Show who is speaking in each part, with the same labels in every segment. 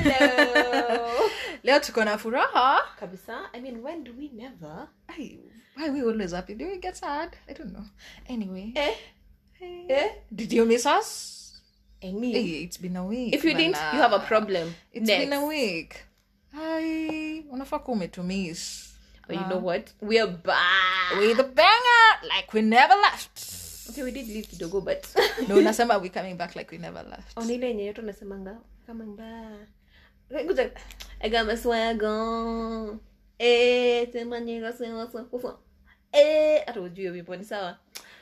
Speaker 1: leo tuko na furaha
Speaker 2: kabisa i mean when do we never
Speaker 1: Ai, why we always happy do we get sad i don't know anyway
Speaker 2: eh
Speaker 1: Hey.
Speaker 2: eh
Speaker 1: did you miss us
Speaker 2: i mean
Speaker 1: hey, it's been a week
Speaker 2: if you didn't
Speaker 1: bana.
Speaker 2: you have a problem
Speaker 1: It's
Speaker 2: next
Speaker 1: been a week Hi. unafaa kuwa umetumiss
Speaker 2: but you know what we are back
Speaker 1: with a Uh, banger like we never left
Speaker 2: okay we did leave kidogo but
Speaker 1: no unasema we coming back like we never left
Speaker 2: ona ile yenye yetu nasemanga coming back Ngoja, i got my swagger eh sema nyiga sema sema kusema. eh hata ujui hiyo wimbo, ni sawa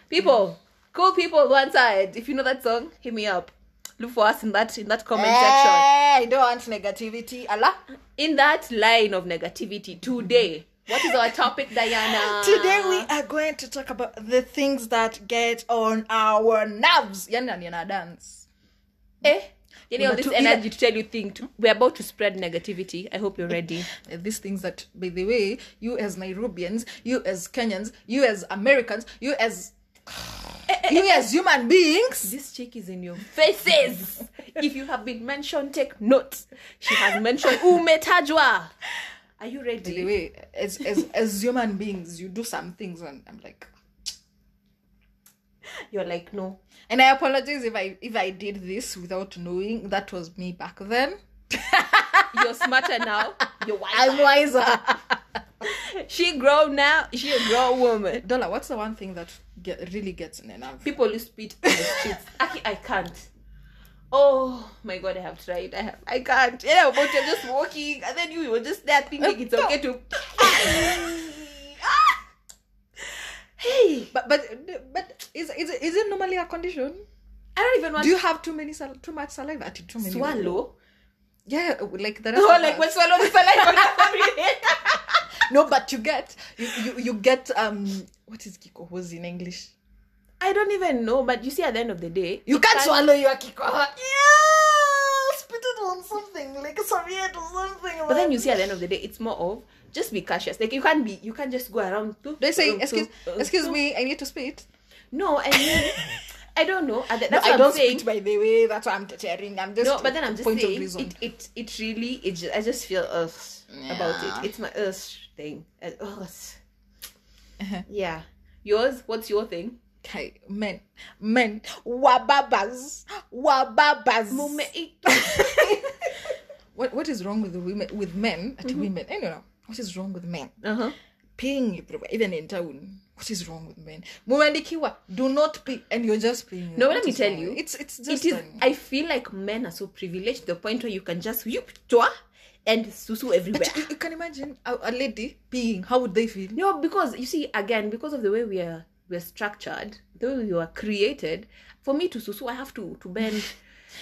Speaker 2: people cool people one side if you know that song hit me up look for us in that in that comment
Speaker 1: Eh.
Speaker 2: section
Speaker 1: Hey, I don't want negativity. Allah.
Speaker 2: in that line of negativity today what is our topic diana
Speaker 1: Today we are going to talk about the things that get on our nerves. Yani nani ana dance.
Speaker 2: eh you know
Speaker 1: Kuna
Speaker 2: this
Speaker 1: tu-
Speaker 2: energy to tell you thing to, we're about to spread negativity i hope you're ready
Speaker 1: Uh, These things that, by the way, you as Nairobians, you as Kenyans, you as Americans, you as you as human beings.
Speaker 2: this chick is in your faces if you have been mentioned take note she has mentioned umetajwa are you
Speaker 1: By the
Speaker 2: ready
Speaker 1: way, as as as human beings, you do some things, and I'm like,
Speaker 2: you're like no
Speaker 1: and I apologize if I if I did this without knowing that was me back then.
Speaker 2: you're smarter now you're wiser.
Speaker 1: I'm wiser.
Speaker 2: she grown now she a grown woman
Speaker 1: Dollar, what's the one thing that get, really gets in a nerve?
Speaker 2: people who spit on the streets Aki, i can't oh my god i have tried i have i can't yeah but you're just walking and then you, you were just there thinking it's okay to Ah! hey
Speaker 1: But but but is is is it normally a condition?
Speaker 2: i don't even want
Speaker 1: Do you have too many sal- too much saliva? Ati,
Speaker 2: to
Speaker 1: Too many.
Speaker 2: swallow
Speaker 1: Yeah, like the rest.
Speaker 2: no
Speaker 1: of
Speaker 2: like
Speaker 1: us.
Speaker 2: when swallow the saliva
Speaker 1: no, but you get you, you you get um what is kikohozi in English?
Speaker 2: i don't even know but you see at the end of the day
Speaker 1: You
Speaker 2: it
Speaker 1: can't
Speaker 2: can't-
Speaker 1: swallow your kikohozi. Yeah, spit it on something like a serviette or something.
Speaker 2: but then you see at the end of the day it's more of just be cautious like you can't be you can't just go around uh,
Speaker 1: they say excuse excuse me, I need to spit.
Speaker 2: no i mean i don't know At the-
Speaker 1: No,
Speaker 2: that's
Speaker 1: I
Speaker 2: what
Speaker 1: don't
Speaker 2: i'm saying
Speaker 1: spit by the way. That's why I'm sharing. I'm just
Speaker 2: no but then i'm just
Speaker 1: point of
Speaker 2: saying
Speaker 1: reason.
Speaker 2: it, it it really it just, i just feel ugh about
Speaker 1: Yeah.
Speaker 2: it it's my ugh thing Uh, ugh. yeah yours what's your thing
Speaker 1: Kai, men, men, wababas, wababas. What what is wrong with the women with men at
Speaker 2: Mhm.
Speaker 1: women? I don't know. What is wrong with men?
Speaker 2: uh-huh
Speaker 1: Peeing everywhere, even in town. What is wrong with men? Mumendikiwa, do not pee, and you're just peeing.
Speaker 2: No,
Speaker 1: What
Speaker 2: let me
Speaker 1: is
Speaker 2: tell
Speaker 1: wrong?
Speaker 2: you,
Speaker 1: it's it's just
Speaker 2: it is
Speaker 1: an-
Speaker 2: i feel like men are so privileged to the point where you can just whoop twa and susu everywhere
Speaker 1: you, you can imagine a, a lady peeing. How would they feel?
Speaker 2: no because you see again because of the way we are we're structured the way we were created for me to susu i have to to bend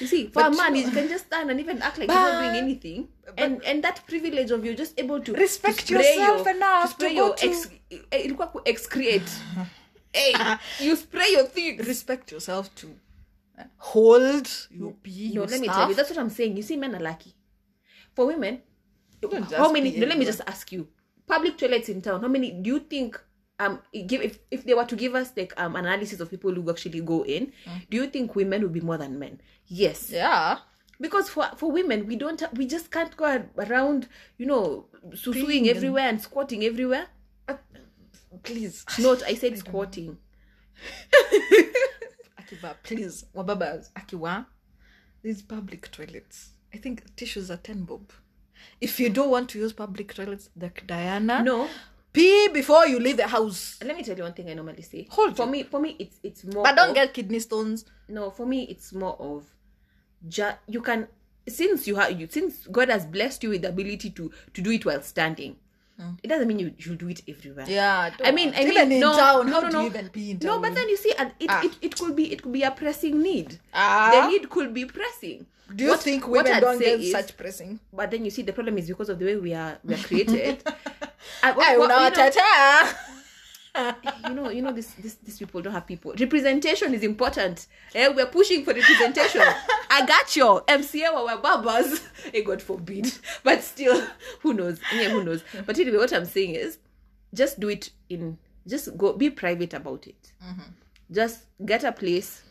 Speaker 2: you see for
Speaker 1: But
Speaker 2: a
Speaker 1: you
Speaker 2: man
Speaker 1: know-
Speaker 2: he can just stand and even act like he's not
Speaker 1: But-
Speaker 2: doing anything and and that privilege of you're just able to
Speaker 1: Respect
Speaker 2: to spray
Speaker 1: yourself
Speaker 2: your,
Speaker 1: enough
Speaker 2: to spray
Speaker 1: to go
Speaker 2: your
Speaker 1: to-
Speaker 2: ex eh, ilikuwa ku excreate hey you spray your thing
Speaker 1: Respect yourself to hold you pee.
Speaker 2: no
Speaker 1: your
Speaker 2: let me
Speaker 1: stuff.
Speaker 2: tell you that's what i'm saying you see men are lucky for women
Speaker 1: Don't
Speaker 2: how
Speaker 1: just
Speaker 2: many
Speaker 1: pee
Speaker 2: no, let me
Speaker 1: everywhere.
Speaker 2: just ask you public toilets in town how many do you think um it give if, if they were to give us like um analysis of people who actually go in do you think women would be more than men yes
Speaker 1: Mm. Yeah.
Speaker 2: because for for women we don't we just can't go around you know
Speaker 1: Peeing
Speaker 2: susuing
Speaker 1: and-
Speaker 2: everywhere and squatting everywhere
Speaker 1: Please.
Speaker 2: not i said squatting
Speaker 1: akiva please wababa akiwa these public toilets i think tissues are 10 bob if you don't want to use public toilets like diana
Speaker 2: no
Speaker 1: pee before you leave the house
Speaker 2: let me tell you one thing i normally say
Speaker 1: Hold
Speaker 2: for
Speaker 1: it.
Speaker 2: me for me it's it's more
Speaker 1: but
Speaker 2: of-
Speaker 1: don't get kidney stones
Speaker 2: no for me it's more of ju- you can since you have you since god has blessed you with the ability to to do it while standing it doesn't mean you you do it everywhere
Speaker 1: Mm. yeah
Speaker 2: I mean, I mean,
Speaker 1: even in
Speaker 2: no,
Speaker 1: town
Speaker 2: no,
Speaker 1: how
Speaker 2: no,
Speaker 1: do
Speaker 2: no.
Speaker 1: you even pee in town
Speaker 2: No, but then you see, and it,
Speaker 1: Ah.
Speaker 2: it, it could be it could be a pressing need.
Speaker 1: Ah.
Speaker 2: The need could be pressing.
Speaker 1: do you
Speaker 2: What-
Speaker 1: think
Speaker 2: what
Speaker 1: women
Speaker 2: I'd
Speaker 1: don't
Speaker 2: say
Speaker 1: get
Speaker 2: is-
Speaker 1: such pressing
Speaker 2: But then you see, the problem is because of the way we are we are created. I,
Speaker 1: I
Speaker 2: what-
Speaker 1: know,
Speaker 2: you know-
Speaker 1: tata.
Speaker 2: you know you know this, this these people don't have people representation is important eh, we're pushing for representation i got you mca were barbers eh, god forbid but still who knows yeah who knows but anyway what i'm saying is just do it in just go be private about it just get a place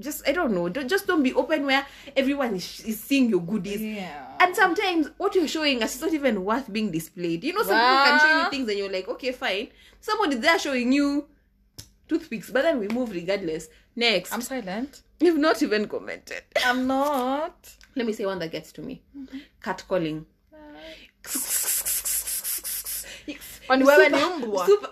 Speaker 2: just i don't know don't, just don't be open where everyone is, is seeing your goodies
Speaker 1: yeah.
Speaker 2: and sometimes what you're showing us is not even worth being displayed you know some people can show you
Speaker 1: Wow.
Speaker 2: things and you're like okay fine somebody there showing you toothpicks but then we move regardless next
Speaker 1: I'm silent.
Speaker 2: you've not even commented Mm-hmm.
Speaker 1: I'm not.
Speaker 2: let me say one that gets to me cat calling
Speaker 1: Kwani wewe ni mbwa?
Speaker 2: super,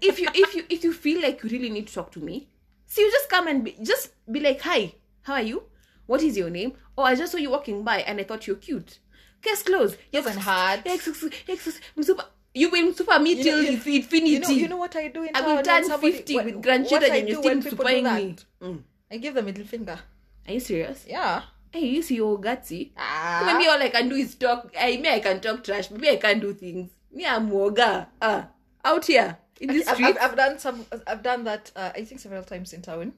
Speaker 2: if you if you if you feel like you really need to talk to me see you just come and be, just be like hi how are you what is your name oh i just saw you walking by and i thought you're cute case closed yes
Speaker 1: Open heart.
Speaker 2: yes, yes, yes, yes, I'm super you will super me till
Speaker 1: you-
Speaker 2: it's infinity
Speaker 1: You know, you know what I do in
Speaker 2: i
Speaker 1: town
Speaker 2: will
Speaker 1: when
Speaker 2: turn
Speaker 1: somebody-
Speaker 2: 50
Speaker 1: what-
Speaker 2: with
Speaker 1: what
Speaker 2: grandchildren
Speaker 1: I
Speaker 2: and
Speaker 1: do
Speaker 2: you're
Speaker 1: when
Speaker 2: still
Speaker 1: people do
Speaker 2: supporting me
Speaker 1: that?
Speaker 2: Mm.
Speaker 1: I give the middle finger.
Speaker 2: are you serious
Speaker 1: Yeah.
Speaker 2: hey you see your gutsy
Speaker 1: Ah.
Speaker 2: Maybe all I can do is talk. I me I can talk trash. Maybe I can do things. Me I'm woga. Ah, out here in the
Speaker 1: I've,
Speaker 2: street.
Speaker 1: I've, I've done some. I've done that. Uh, I think several times in town.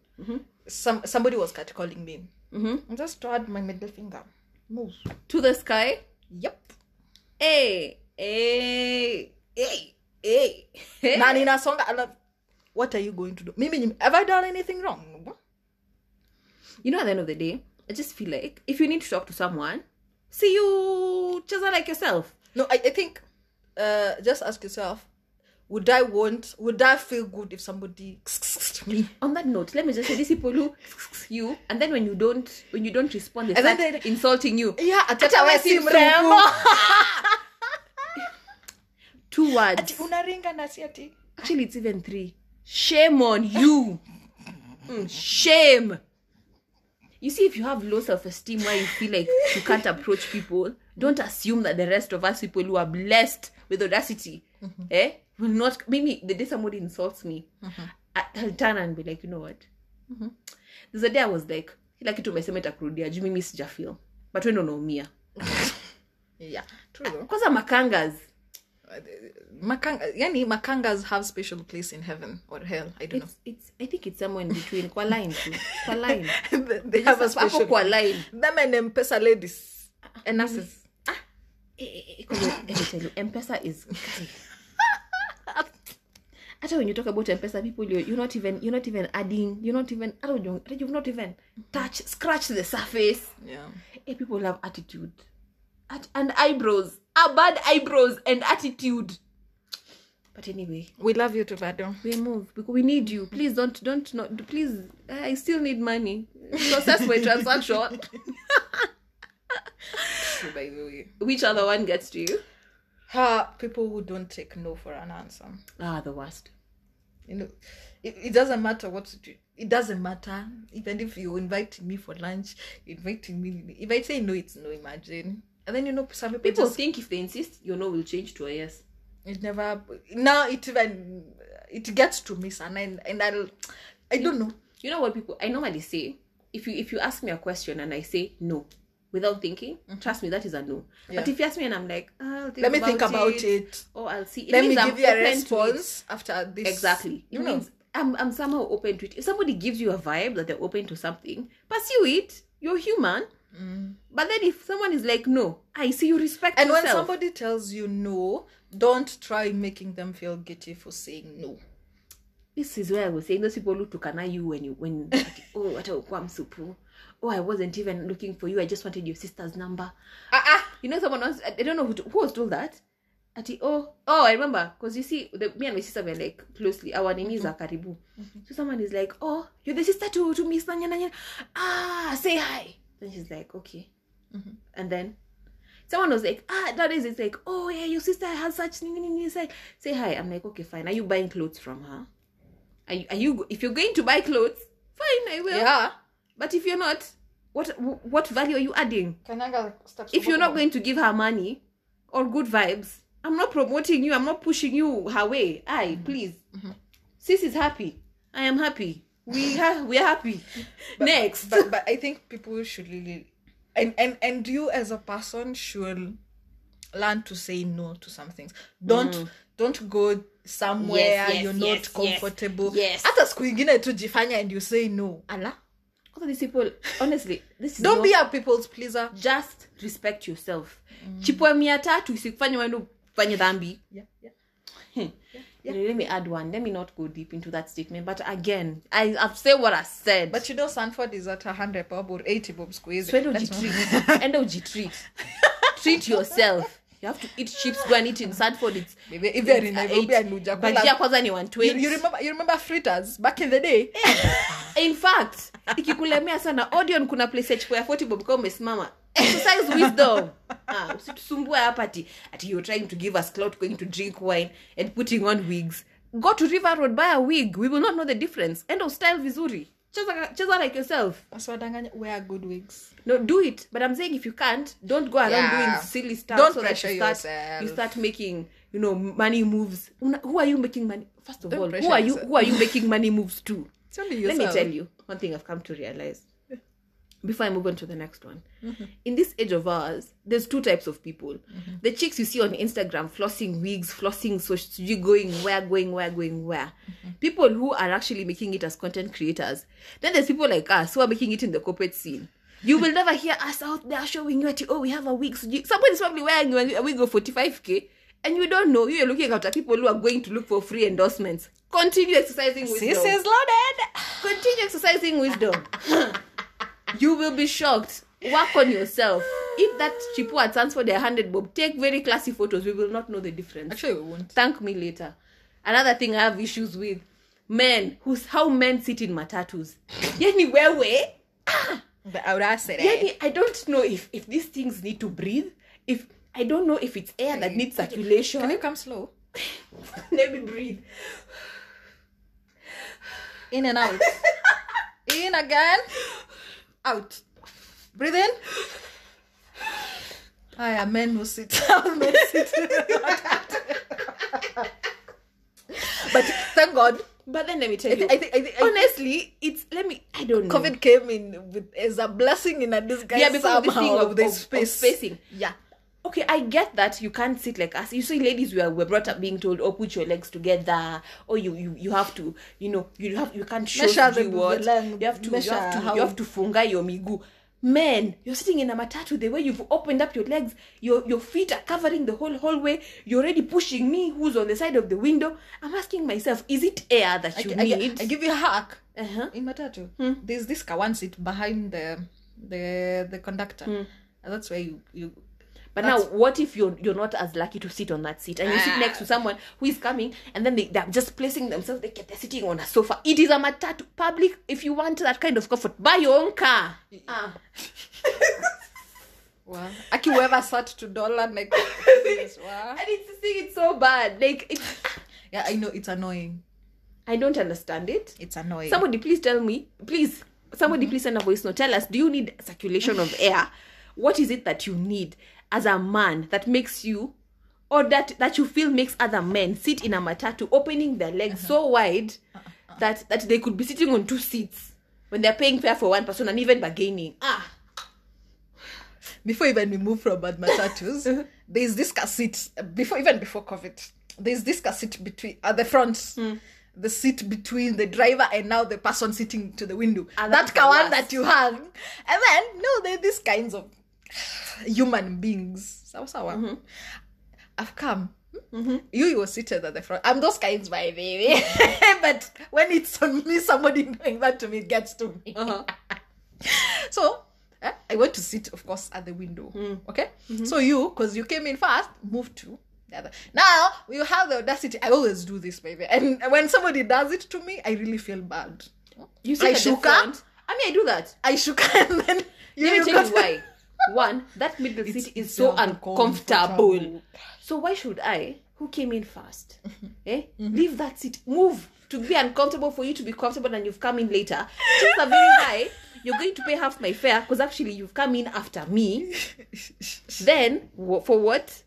Speaker 1: Some somebody was catcalling me.
Speaker 2: Mhm.
Speaker 1: I just had my middle finger. Move.
Speaker 2: To the sky.
Speaker 1: Yep.
Speaker 2: Hey, hey, hey, hey.
Speaker 1: na ninasonga ala- what are you going to do mimi nim- have i done anything wrong
Speaker 2: You know, at the end of the day, I just feel like if you need to talk to someone, see you chesa like yourself.
Speaker 1: no i, I think uh, just ask yourself would i want would i feel good if somebody me
Speaker 2: On that note, let me just say these people who you, and then when you don't, when you don't respond, they
Speaker 1: And then
Speaker 2: start
Speaker 1: they-
Speaker 2: insulting you.
Speaker 1: yeah
Speaker 2: Hata we si mrembo. Two words.
Speaker 1: ati unaringa nasi ati
Speaker 2: Actually, it's even three. Shame on you. Mm, shame. You see, if you have low self esteem where you feel like you can't approach people, don't assume that the rest of us people who are blessed with audacity eh, will not. Maybe the day somebody insults me, I, I'll turn and be like, you know what? There's a day I was like, kila kitu umesema itakurudia juu mimi sijafeel but we unaumia
Speaker 1: yeah true though
Speaker 2: kwanza makangas
Speaker 1: Makang- yani makangas have special place in heaven or hell i don't
Speaker 2: it's, it's, i think it's somewhere in between kwa line tu kwa line
Speaker 1: know they have a
Speaker 2: Just hapo
Speaker 1: special
Speaker 2: kwa line
Speaker 1: them and mpesa ladies and nurses
Speaker 2: Ah, eh, mpesa is hata when you talk about mpesa people you're, you're not even you're not even adding you're not even I don't know, you've not even touch scratch the surface
Speaker 1: yeah
Speaker 2: hey, people have attitude At, and eyebrows ah, bad eyebrows and attitude but anyway
Speaker 1: we love you tobado
Speaker 2: we move because we need you please don't don't not please i still need money process my transaction
Speaker 1: by the way
Speaker 2: which other one gets to you
Speaker 1: ha people who don't take no for an answer
Speaker 2: ah the worst
Speaker 1: you know it, it doesn't matter what to do it doesn't matter even if you're inviting me for lunch inviting me if i say no it's no imagine and then you know some people,
Speaker 2: People
Speaker 1: just
Speaker 2: think if they insist, your no will change to a yes.
Speaker 1: it never now it even it gets to me sana and, and i'll i don't know
Speaker 2: You know what people? I normally say if you if you ask me a question and I say no without thinking, trust me, that is a no. But
Speaker 1: Mm-hmm. Yeah.
Speaker 2: if you ask me and I'm like, "Ah, I'll think
Speaker 1: let me
Speaker 2: about
Speaker 1: think about it,
Speaker 2: or I'll see. It
Speaker 1: let me
Speaker 2: means
Speaker 1: give
Speaker 2: I'm
Speaker 1: you a
Speaker 2: open to it.
Speaker 1: response after this
Speaker 2: Exactly. It
Speaker 1: you know
Speaker 2: means I'm I'm somehow open to it. If somebody gives you a vibe that they're open to something, pursue it. You're human. But then if someone is like, no, I see you respect
Speaker 1: Mm. and
Speaker 2: yourself.
Speaker 1: when somebody tells you no don't try making them feel guilty for saying no
Speaker 2: this is where I was saying those people who took an eye you when you when oh what a kwam supu. Oh, I wasn't even looking for you. I just wanted your sister's number.
Speaker 1: ah ah
Speaker 2: You know, someone else. I I don't know who, to, who was told that. Ati, oh, oh, I remember because you see, the, me and my sister were like closely. Our name is Akaribu. So someone is like, oh, you're the sister to to Miss Nanya Nanya. Ah, say hi. Then she's like, okay. And then someone was like, ah, nowadays it's like, oh yeah, your sister has such. nini, nini, nini." It's like, say hi. I'm like, okay, fine. Are you buying clothes from her? Are you, are you if you're going to buy clothes, fine, I will.
Speaker 1: yeah
Speaker 2: But if you're not, what what value are you adding?
Speaker 1: Kanyaga steps
Speaker 2: If you're not
Speaker 1: forward.
Speaker 2: going to give her money or good vibes, I'm not promoting you. I'm not pushing you her way. Aye, please. Sis is happy. I am happy. We ha- we are happy. Next.
Speaker 1: but but I think people should really and and and you as a person should learn to say no to some things. Don't don't go somewhere
Speaker 2: Mm. Yes, yes,
Speaker 1: you're not
Speaker 2: yes, yes,
Speaker 1: comfortable.
Speaker 2: yes.
Speaker 1: Hata siku ingine tu jifanya and you say no. Ala.
Speaker 2: Also, these people, honestly, this is
Speaker 1: Don't
Speaker 2: your-
Speaker 1: be a people's pleaser.
Speaker 2: just respect Mm. yourself. Chipwe mia tatu isikufanye wewe ufanye dhambi.
Speaker 1: Yeah, yeah. Yeah.
Speaker 2: let me add one let me not go deep into that statement but again I, i've said what i said
Speaker 1: but you know sanford is at 100 bob or 80 bob squeeze
Speaker 2: so end of treat end of treat treat yourself you have to eat chips go and eat in sanford it's
Speaker 1: even in
Speaker 2: it's, uh,
Speaker 1: nairobi
Speaker 2: eight.
Speaker 1: and ujakula-
Speaker 2: bajia kwanza ni
Speaker 1: you,
Speaker 2: 120
Speaker 1: you remember you remember fritters back in the day
Speaker 2: in fact ikikulemea sana audion kuna place ya chipo ya 40 bob kama umesimama exercise wisdom ah, usitusumbue hapa ati ati you're trying to give us clout going to drink wine and putting on wigs go to river road buy a wig we will not know the difference end of style vizuri cheza, cheza like yourself
Speaker 1: wasiwadanganya wear good wigs
Speaker 2: no do it but i'm saying if you can't don't go around
Speaker 1: Yeah.
Speaker 2: doing silly stuff
Speaker 1: Don't
Speaker 2: so that
Speaker 1: pressure
Speaker 2: you start
Speaker 1: yourself.
Speaker 2: you start making you know money moves Una, who are you making money first of
Speaker 1: Don't
Speaker 2: all who
Speaker 1: pressure
Speaker 2: are you
Speaker 1: yourself.
Speaker 2: who are you making money moves to
Speaker 1: it's only
Speaker 2: let
Speaker 1: yourself
Speaker 2: me tell you one thing I've come to realize before I move on to the next one.
Speaker 1: Mm-hmm.
Speaker 2: In this age of ours, there's two types of people. The chicks you see on Instagram flossing wigs, flossing so you going where, going where, going where.
Speaker 1: Mm-hmm.
Speaker 2: People who are actually making it as content creators. Then there's people like us who are making it in the corporate scene. You will never hear us out there showing you at oh we have a wig. So you- Somebody's probably wearing a wig of 45k and you don't know. You're looking after people who are going to look for free endorsements. Continue exercising with
Speaker 1: this is loaded
Speaker 2: continue exercising wisdom you will be shocked work on yourself if that chipua turns for their 100 bob take very classy photos we will not know the difference
Speaker 1: actually we won't
Speaker 2: thank me later another thing i have issues with men who's how men sit in matatus yani wewe
Speaker 1: the audacity
Speaker 2: yani i don't know if if these things need to breathe if i don't know if it's air that needs circulation
Speaker 1: can you come slow
Speaker 2: let me breathe
Speaker 1: in and out in again out breathe in haya men who sit men sit but thank god
Speaker 2: but then let me tell
Speaker 1: I, thi-
Speaker 2: you
Speaker 1: I, thi- I, thi- I
Speaker 2: honestly it's let me i don't know
Speaker 1: covid came in with, as a blessing in a disguise
Speaker 2: yeah, because of this thing
Speaker 1: somehow,
Speaker 2: of,
Speaker 1: the
Speaker 2: of,
Speaker 1: space
Speaker 2: of spacing.
Speaker 1: yeah
Speaker 2: Okay, I get that you can't sit like us. You see, ladies, we are, were brought up being told, "Oh, put your legs together," or you you, you have to, you know, you have you can't show
Speaker 1: Measure
Speaker 2: sijui
Speaker 1: the-
Speaker 2: what.
Speaker 1: the length,
Speaker 2: You have to you have
Speaker 1: measure
Speaker 2: to
Speaker 1: how-
Speaker 2: you have to funga your migu. Men, you're sitting in a matatu. The way you've opened up your legs, your your feet are covering the whole hallway. You're already pushing me, who's on the side of the window. I'm asking myself, is it air that
Speaker 1: I,
Speaker 2: you
Speaker 1: gi- I gi-
Speaker 2: need?
Speaker 1: I give you a Hmm? hack
Speaker 2: uh-huh.
Speaker 1: in matatu there's this kawan seat behind the the the conductor and that's where you you
Speaker 2: But now, what if you're you're not as lucky to sit on that seat and you sit
Speaker 1: Ah.
Speaker 2: next to someone who is coming and then they, they're just placing themselves, they, they're sitting on a sofa. It is a matatu public. If you want that kind of comfort, buy your own car. Ah.
Speaker 1: well akiweva sat to dollar like yes, wow.
Speaker 2: And it's the thing, it's so bad. Like, it,
Speaker 1: yeah i know it's annoying
Speaker 2: I don't understand it.
Speaker 1: it's annoying
Speaker 2: Somebody please tell me, please, somebody
Speaker 1: Mm-hmm.
Speaker 2: please send a voice note. Tell us, do you need circulation of air? What is it that you need as a man that makes you or that that you feel makes other men sit in a matatu opening their legs
Speaker 1: Uh-huh.
Speaker 2: so wide
Speaker 1: Uh-uh.
Speaker 2: that that they could be sitting on two seats when they're paying fare for one person and even bargaining. Ah,
Speaker 1: before even we move from bad
Speaker 2: Uh-huh.
Speaker 1: matatus there's this car seat before even before covid there's this car seat between at the front
Speaker 2: Hmm.
Speaker 1: the seat between the driver and now the person sitting to the window
Speaker 2: Ah,
Speaker 1: that
Speaker 2: that's the
Speaker 1: kawan
Speaker 2: worst.
Speaker 1: that you have and then no they're these kinds of human beings sawa sawa
Speaker 2: Mm-hmm.
Speaker 1: i've come Hmm? You, you were seated at the front. I'm those kinds, my baby. but when it's on me, somebody doing that to me it gets to me.
Speaker 2: Uh-huh.
Speaker 1: So eh, I went to sit, of course, at the window.
Speaker 2: Hmm.
Speaker 1: Okay.
Speaker 2: Mm-hmm.
Speaker 1: So you, because you came in first, move to the other. Now you have the audacity. I always do this, baby. And when somebody does it to me, I really feel bad.
Speaker 2: you
Speaker 1: I
Speaker 2: sit at the
Speaker 1: shook
Speaker 2: front. I mean, I do that.
Speaker 1: I shook and then you,
Speaker 2: Let me tell
Speaker 1: got-
Speaker 2: you why. One, that middle seat is
Speaker 1: it's
Speaker 2: so
Speaker 1: uncomfortable.
Speaker 2: uncomfortable. So why should I, who came in first, eh, leave that seat, move to be uncomfortable for you to be comfortable, and you've come in later. Just a very high. You're going to pay half my fare because actually you've come in after me. Then wo- for what?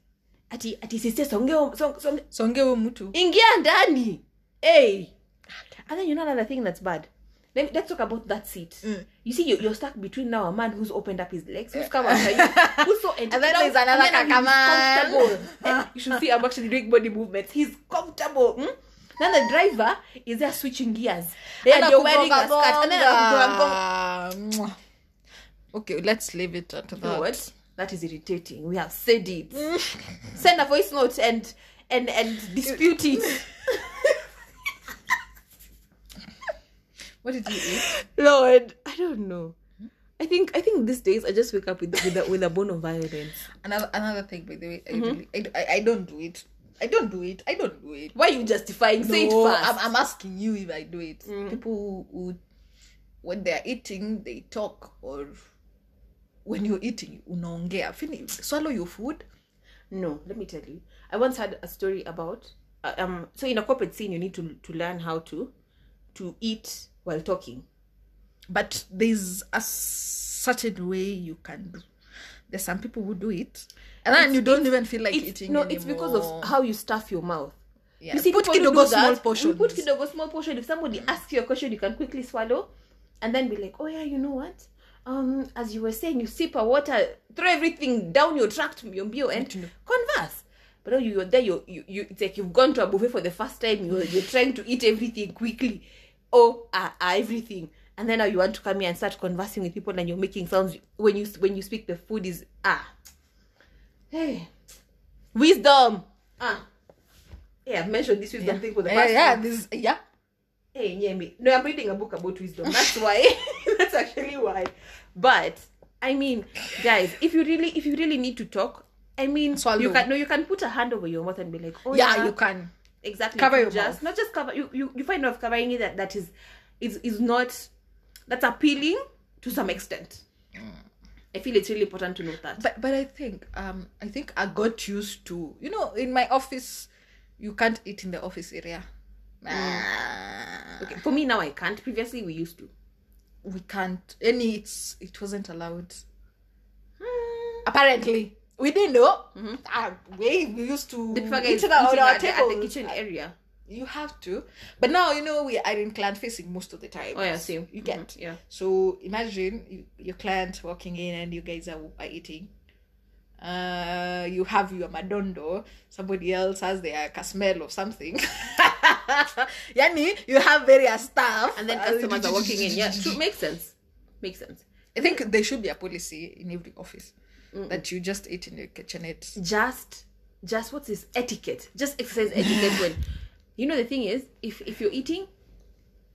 Speaker 2: Ati ati sister songe songe songe
Speaker 1: Songe huyo mtu.
Speaker 2: ingia ndani hey. and then you know another thing that's bad Let me, let's talk about that seat
Speaker 1: Mm.
Speaker 2: you see you're, you're stuck between now a man who's opened up his legs who's come after you who's so ent-
Speaker 1: And then there's
Speaker 2: now-
Speaker 1: another
Speaker 2: and then now
Speaker 1: kakaman.
Speaker 2: he's comfortable. Eh, you should see I'm actually doing body movements he's comfortable hmm? Then the driver is there switching gears. They are you're wearing a skirt. And then anakugonga-
Speaker 1: Mwah. Okay, let's leave it at
Speaker 2: You know
Speaker 1: that.
Speaker 2: what? That is irritating. We
Speaker 1: Mm.
Speaker 2: have said it. Send a voice note and and and dispute it.
Speaker 1: What did you eat?
Speaker 2: Lord, I don't know. I think I think these days I just wake up with with a, with a bone of violence.
Speaker 1: Another another thing, by the way,
Speaker 2: Mm-hmm.
Speaker 1: I, really- I, I, I don't do it. I don't do it. I don't do it.
Speaker 2: Why are you justifying? Say it
Speaker 1: No,
Speaker 2: fast. Mm.
Speaker 1: I'm, I'm asking you if I do it. People who, who, when they're eating, they talk, or when you're eating, unaongea. Finish, swallow your food.
Speaker 2: no let me tell you i once had a story about uh, um so in a corporate scene you need to to learn how to to eat while talking
Speaker 1: But there's a certain way you can do. There's some people who do it, and then you don't even feel like
Speaker 2: it's,
Speaker 1: eating.
Speaker 2: no it's because of
Speaker 1: anymore.
Speaker 2: how you stuff your mouth
Speaker 1: Yeah,
Speaker 2: you see
Speaker 1: put
Speaker 2: people who
Speaker 1: kidogo
Speaker 2: do that,
Speaker 1: small
Speaker 2: you
Speaker 1: portions.
Speaker 2: put kidogo small portion if somebody asks you a question you can quickly swallow and then be like oh yeah you know what um as you were saying you sip a water throw everything down your tract your bio and
Speaker 1: Mtindo.
Speaker 2: converse but now you're there you're, you you it's like you've gone to a buffet for the first time you're, you're trying to eat everything quickly oh uh, uh, everything and then now you want to come here and start conversing with people and you're making sounds when you when you speak the food is ah hey wisdom ah yeah i've mentioned this wisdom thing for the
Speaker 1: yeah,
Speaker 2: past
Speaker 1: yeah,
Speaker 2: week.
Speaker 1: this, yeah.
Speaker 2: hey nyemi no i'm reading a book about wisdom that's why that's actually why but i mean guys if you really if you really need to talk i mean
Speaker 1: Swallow.
Speaker 2: you can no you can put a hand over your mouth and be like oh
Speaker 1: yeah,
Speaker 2: yeah,
Speaker 1: you can.
Speaker 2: exactly
Speaker 1: Cover
Speaker 2: you
Speaker 1: your
Speaker 2: just not just cover you, you you find out covering it that that is is is not that's appealing to some extent
Speaker 1: Mm.
Speaker 2: i feel it's really important to know that
Speaker 1: But but I think um I think I got used to you know in my office, you can't eat in the office area. Ah,
Speaker 2: okay for me now i can't previously we used to
Speaker 1: We can't. Any it's it wasn't allowed. Apparently. We didn't know.
Speaker 2: Mm-hmm.
Speaker 1: Ah, we, we used to
Speaker 2: the fucker
Speaker 1: eat
Speaker 2: is
Speaker 1: in our,
Speaker 2: eating
Speaker 1: on our
Speaker 2: at the- at the
Speaker 1: tables.
Speaker 2: kitchen area
Speaker 1: You have to, but now you know we are in client facing most of the time.
Speaker 2: Oh yeah, same.
Speaker 1: You get
Speaker 2: Mhm, yeah.
Speaker 1: So imagine you, your client walking in and you guys are, are eating. Uh, you have your madondo. Somebody else has their casmel or something. Yani, you have various stuff,
Speaker 2: And then
Speaker 1: Uh,
Speaker 2: customers are walking in. Yeah, true. Makes sense. Makes sense.
Speaker 1: I think there should be a policy in every office that you just eat in your kitchenette.
Speaker 2: Just, just what's this etiquette? Just exercise etiquette when, you know, the thing is, if if you're eating,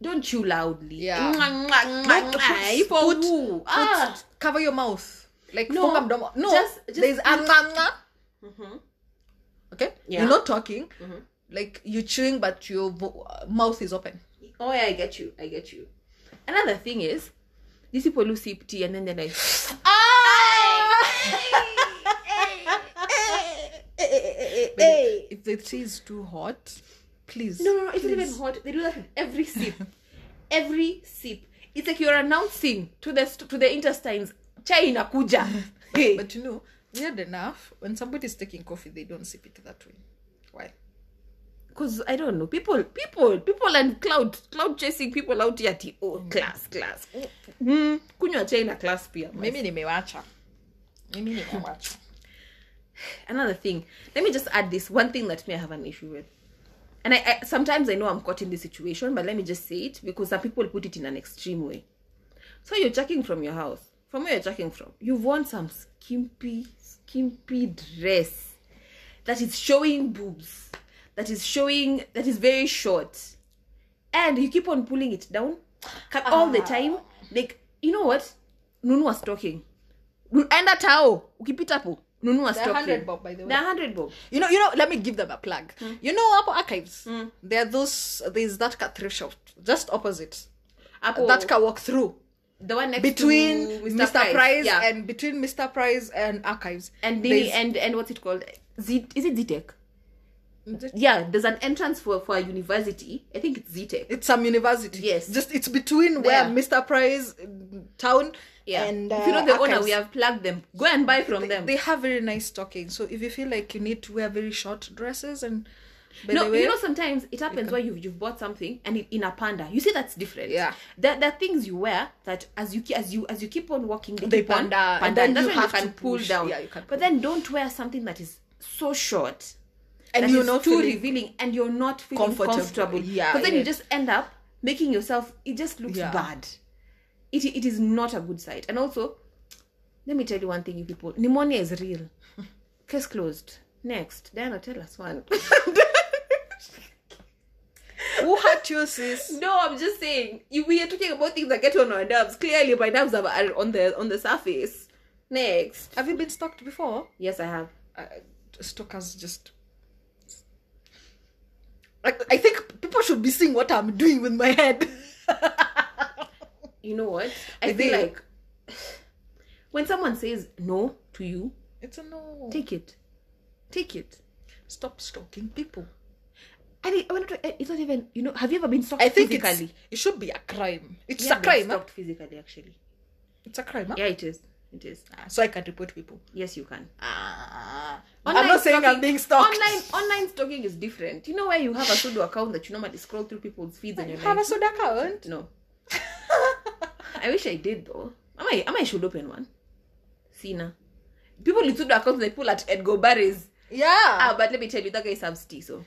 Speaker 2: don't chew loudly. Mm-hmm.
Speaker 1: Yeah.
Speaker 2: Mwah, mwah, mwah,
Speaker 1: Put-
Speaker 2: mwah. Ipo
Speaker 1: put-
Speaker 2: huu.
Speaker 1: put-
Speaker 2: Ah.
Speaker 1: cover your mouth. Like
Speaker 2: No,
Speaker 1: funga mdomo. No,
Speaker 2: just- just
Speaker 1: there's a
Speaker 2: eat.
Speaker 1: Okay,
Speaker 2: Yeah. Mm-hmm.
Speaker 1: you're not talking. Like you're chewing, but your vo- uh, mouth is open.
Speaker 2: Oh yeah, I get you. I get you. Another thing is, these people who sip tea and then they're like, Ah!
Speaker 1: But If the tea is too hot, please.
Speaker 2: No, no, no. It's not even hot. They do that with every sip. every sip. It's like you're announcing to the st- to the intestines, chai inakuja. Hey.
Speaker 1: But you know, weird enough, when somebody's taking coffee, they don't sip it that way. Why?
Speaker 2: Because I don't know, people, people, people, and cloud cloud chasing people out here. Ati, oh, class, class. Mm. Kunywa chai na class pia.
Speaker 1: Mimi nimewacha. Mimi nimewacha.
Speaker 2: Another thing. Let me just add this one thing that may I have an issue with. And I, I sometimes I know I'm caught in this situation, but let me just say it because some people put it in an extreme way. So you're checking from your house. From where you're checking from, you've worn some skimpy, skimpy dress that is showing boobs, that is showing, that is very short. And you keep on pulling it down ca- all
Speaker 1: Ah.
Speaker 2: the time. Like, you know what? Nunua stocking. Nu- Enda tao. Ukipita po. Nunua
Speaker 1: They're 100
Speaker 2: stocking.
Speaker 1: bob, by the way.
Speaker 2: They're 100 bob.
Speaker 1: You know, you know. Let me give them a plug.
Speaker 2: Hmm.
Speaker 1: You know, Apple Archives. There are those. There's that car thrift shop just opposite.
Speaker 2: Apo,
Speaker 1: That car walk through.
Speaker 2: the one Oh. next
Speaker 1: between
Speaker 2: to
Speaker 1: Mr. Price,
Speaker 2: yeah.
Speaker 1: and between Mr. Price and Archives
Speaker 2: and the,
Speaker 1: There's-
Speaker 2: and and what's it called? Z, is it ZTech?
Speaker 1: Zitec?
Speaker 2: Yeah, there's an entrance for for a university. I think it's ZTech.
Speaker 1: it's some university.
Speaker 2: Yes.
Speaker 1: just it's between where
Speaker 2: There.
Speaker 1: Mr. Price um, town
Speaker 2: Yeah.
Speaker 1: and
Speaker 2: if you know the
Speaker 1: uh,
Speaker 2: owner,
Speaker 1: Archives.
Speaker 2: we have plugged them. Go and buy from them.
Speaker 1: They have very nice stocking. So if you feel like you need to wear very short dresses and by
Speaker 2: no,
Speaker 1: the way,
Speaker 2: you know sometimes it happens where you've you've bought something and it, in a panda. You see that's different.
Speaker 1: Yeah.
Speaker 2: There, there are things you wear that as you ke- as you as you keep on walking, they,
Speaker 1: They
Speaker 2: keep on
Speaker 1: panda, and then
Speaker 2: That's
Speaker 1: you
Speaker 2: when
Speaker 1: have
Speaker 2: you can
Speaker 1: to
Speaker 2: pull
Speaker 1: push.
Speaker 2: down.
Speaker 1: Yeah, you can
Speaker 2: but then don't wear something that is so short.
Speaker 1: and
Speaker 2: that
Speaker 1: you
Speaker 2: is
Speaker 1: know
Speaker 2: too
Speaker 1: too revealing.
Speaker 2: revealing and you're not feeling
Speaker 1: Comfortable.
Speaker 2: comfortable,
Speaker 1: Yeah,
Speaker 2: but then
Speaker 1: yeah.
Speaker 2: you just end up making yourself it just looks
Speaker 1: Yeah.
Speaker 2: bad it, it is not a good sight and also let me tell you one thing you people pneumonia is real case closed next diana tell us one
Speaker 1: Who hurt you, sis?
Speaker 2: No, I'm just saying you, we are talking about things that get on our nerves. Clearly, my nerves are are on the on the surface. Next,
Speaker 1: Have you been stalked before?
Speaker 2: yes, I have.
Speaker 1: Uh, stalkers just. Like, I think people should be seeing what I'm doing with my head.
Speaker 2: You know what? I
Speaker 1: With
Speaker 2: feel
Speaker 1: you?
Speaker 2: like when someone says no to you,
Speaker 1: it's a no.
Speaker 2: take it, take it.
Speaker 1: Stop stalking people.
Speaker 2: And it, I wonder- it's not even you know. Have you ever been stalked
Speaker 1: I think it's,
Speaker 2: physically?
Speaker 1: it should be a crime. It's
Speaker 2: Yeah,
Speaker 1: a
Speaker 2: I've been
Speaker 1: crime. huh?
Speaker 2: Stalked physically, actually.
Speaker 1: It's a crime. huh?
Speaker 2: Yeah, it is. It is.
Speaker 1: Ah, So I can report people.
Speaker 2: Yes, you can.
Speaker 1: Ah, I'm
Speaker 2: Online
Speaker 1: not saying I'm
Speaker 2: stalking-
Speaker 1: being stalked.
Speaker 2: Online online stalking is different. You know where you have a pseudo account that you normally scroll through people's feeds and
Speaker 1: You
Speaker 2: you're
Speaker 1: have a
Speaker 2: like,
Speaker 1: soda account.
Speaker 2: no. I wish I did though. Am I am I should open one? Sina. People with pseudo accounts they pull at Edgar Barres.
Speaker 1: yeah.
Speaker 2: Ah, but let me tell you, that guy serves tea, so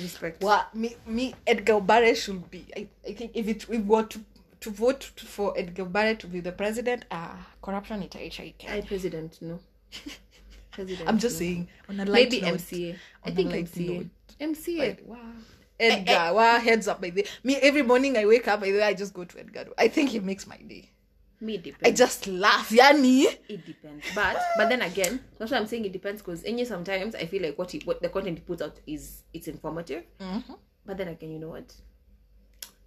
Speaker 2: respect.
Speaker 1: Well, me, me, Edgar Barre should be. I, I think if it we were to to vote for Edgar Barre to be the president, ah, corruption it HIK.
Speaker 2: I president, no. President.
Speaker 1: I'm just
Speaker 2: no.
Speaker 1: saying on a light
Speaker 2: Maybe
Speaker 1: note,
Speaker 2: MCA. I
Speaker 1: On a
Speaker 2: think
Speaker 1: light
Speaker 2: MCA.
Speaker 1: note.
Speaker 2: MCA.
Speaker 1: Like, wow.
Speaker 2: Eh,
Speaker 1: Edgar, wow, heads up by the me every morning I wake up by the way I just go to Edgar. I think he makes my day.
Speaker 2: me
Speaker 1: I
Speaker 2: depends.
Speaker 1: just laugh, yani.
Speaker 2: it depends but but then again that's why i'm saying it depends because any sometimes i feel like what he, what the content he puts out is it's informative but then again you know what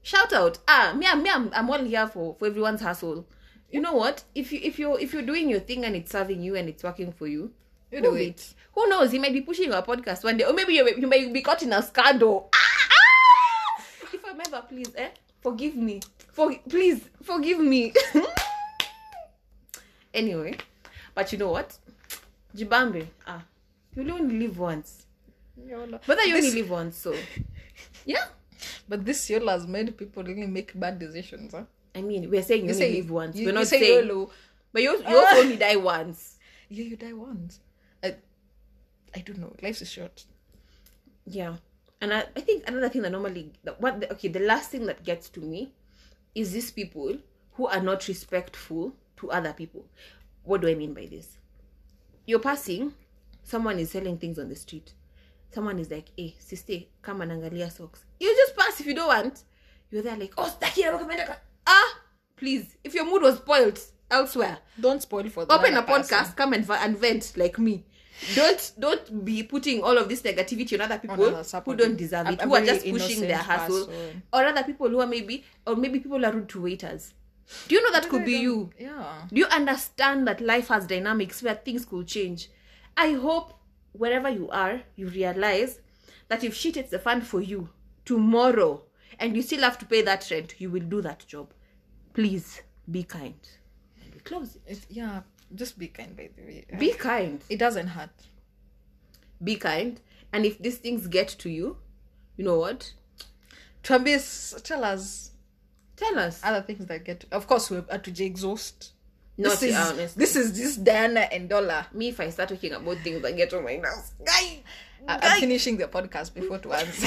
Speaker 2: shout out ah me i'm me i'm, I'm all here for for everyone's hustle you know what if you if you're if you're doing your thing and it's serving you and it's working for you
Speaker 1: You do
Speaker 2: move
Speaker 1: it.
Speaker 2: who knows he might be pushing our podcast one day or maybe you, you may be caught in a scandal Ah, if i'm ever please eh forgive me for please forgive me anyway but you know what jibambe ah you only live once but then you
Speaker 1: this,
Speaker 2: only live once so yeah
Speaker 1: but this YOLO has made people really make bad decisions. Huh?
Speaker 2: i mean we're saying you,
Speaker 1: You
Speaker 2: only
Speaker 1: say
Speaker 2: live once
Speaker 1: You,
Speaker 2: we're
Speaker 1: you
Speaker 2: not
Speaker 1: say
Speaker 2: saying
Speaker 1: YOLO.
Speaker 2: but you, you also
Speaker 1: Ah.
Speaker 2: only die once
Speaker 1: Yeah, you die once. I, I don't know. Life is short.
Speaker 2: yeah and I, I think another thing that normally that what the, okay the last thing that gets to me is these people who are not respectful to other people what do i mean by this you're passing someone is selling things on the street someone is like hey sister come and angalia socks you just pass if you don't want you're there like oh staki recommended ah please if your mood was spoiled elsewhere
Speaker 1: Don't spoil for the
Speaker 2: open
Speaker 1: other
Speaker 2: a podcast
Speaker 1: person.
Speaker 2: come and, v- and vent like me don't don't be putting all of this negativity on other people
Speaker 1: Oh, no,
Speaker 2: who
Speaker 1: support
Speaker 2: don't
Speaker 1: it.
Speaker 2: deserve
Speaker 1: I'm
Speaker 2: it
Speaker 1: a
Speaker 2: who are
Speaker 1: very
Speaker 2: just pushing their
Speaker 1: innocent
Speaker 2: hustle
Speaker 1: person.
Speaker 2: or other people who are maybe or maybe people are rude to waiters do you know that could be you
Speaker 1: Yeah.
Speaker 2: do you understand that life has dynamics where things could change? I hope wherever you are, you realize that if shit hits the fan for you tomorrow and you still have to pay that rent, you will do that job. Please be kind. And we close it.
Speaker 1: It's, yeah. Just be kind, by the way.
Speaker 2: Be kind.
Speaker 1: It doesn't hurt.
Speaker 2: Be kind. And if these things get to you, you know what?
Speaker 1: Twambi, s- tell us
Speaker 2: Tell us.
Speaker 1: other things that get. Of course, we're at to exhaust.
Speaker 2: Not
Speaker 1: this is
Speaker 2: honest.
Speaker 1: this is this Diana and Dollar.
Speaker 2: Me, if I start talking about things that get on my nerves, guy.
Speaker 1: I-
Speaker 2: guy.
Speaker 1: I'm finishing the podcast before to answer.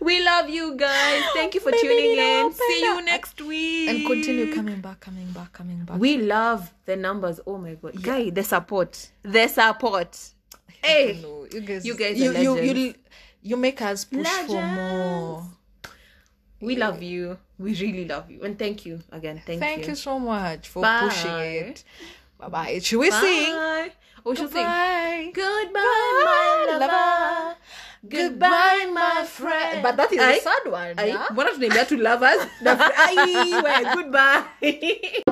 Speaker 2: We love you guys. Thank you for
Speaker 1: Maybe
Speaker 2: tuning
Speaker 1: it'll
Speaker 2: in.
Speaker 1: open
Speaker 2: See
Speaker 1: up.
Speaker 2: you next week.
Speaker 1: and continue coming back, coming back, coming back.
Speaker 2: We love the numbers. Oh my god. Guy, the support. The support. Hey.
Speaker 1: No, you guys,
Speaker 2: You guys
Speaker 1: you,
Speaker 2: are
Speaker 1: you, you,
Speaker 2: legends.
Speaker 1: you make us push for more.
Speaker 2: We love you. We really love you. And thank you again. Thank,
Speaker 1: Thank you.
Speaker 2: you.
Speaker 1: so much for
Speaker 2: Bye.
Speaker 1: pushing it. Bye bye. Should we sing?
Speaker 2: Bye. Oh, she'll sing.
Speaker 1: Goodbye.
Speaker 2: Goodbye, my lover. Goodbye, my friend.
Speaker 1: But that is
Speaker 2: Aye.
Speaker 1: a sad one.
Speaker 2: Aye.
Speaker 1: yeah?
Speaker 2: What if they to lovers? Aye, well, Goodbye.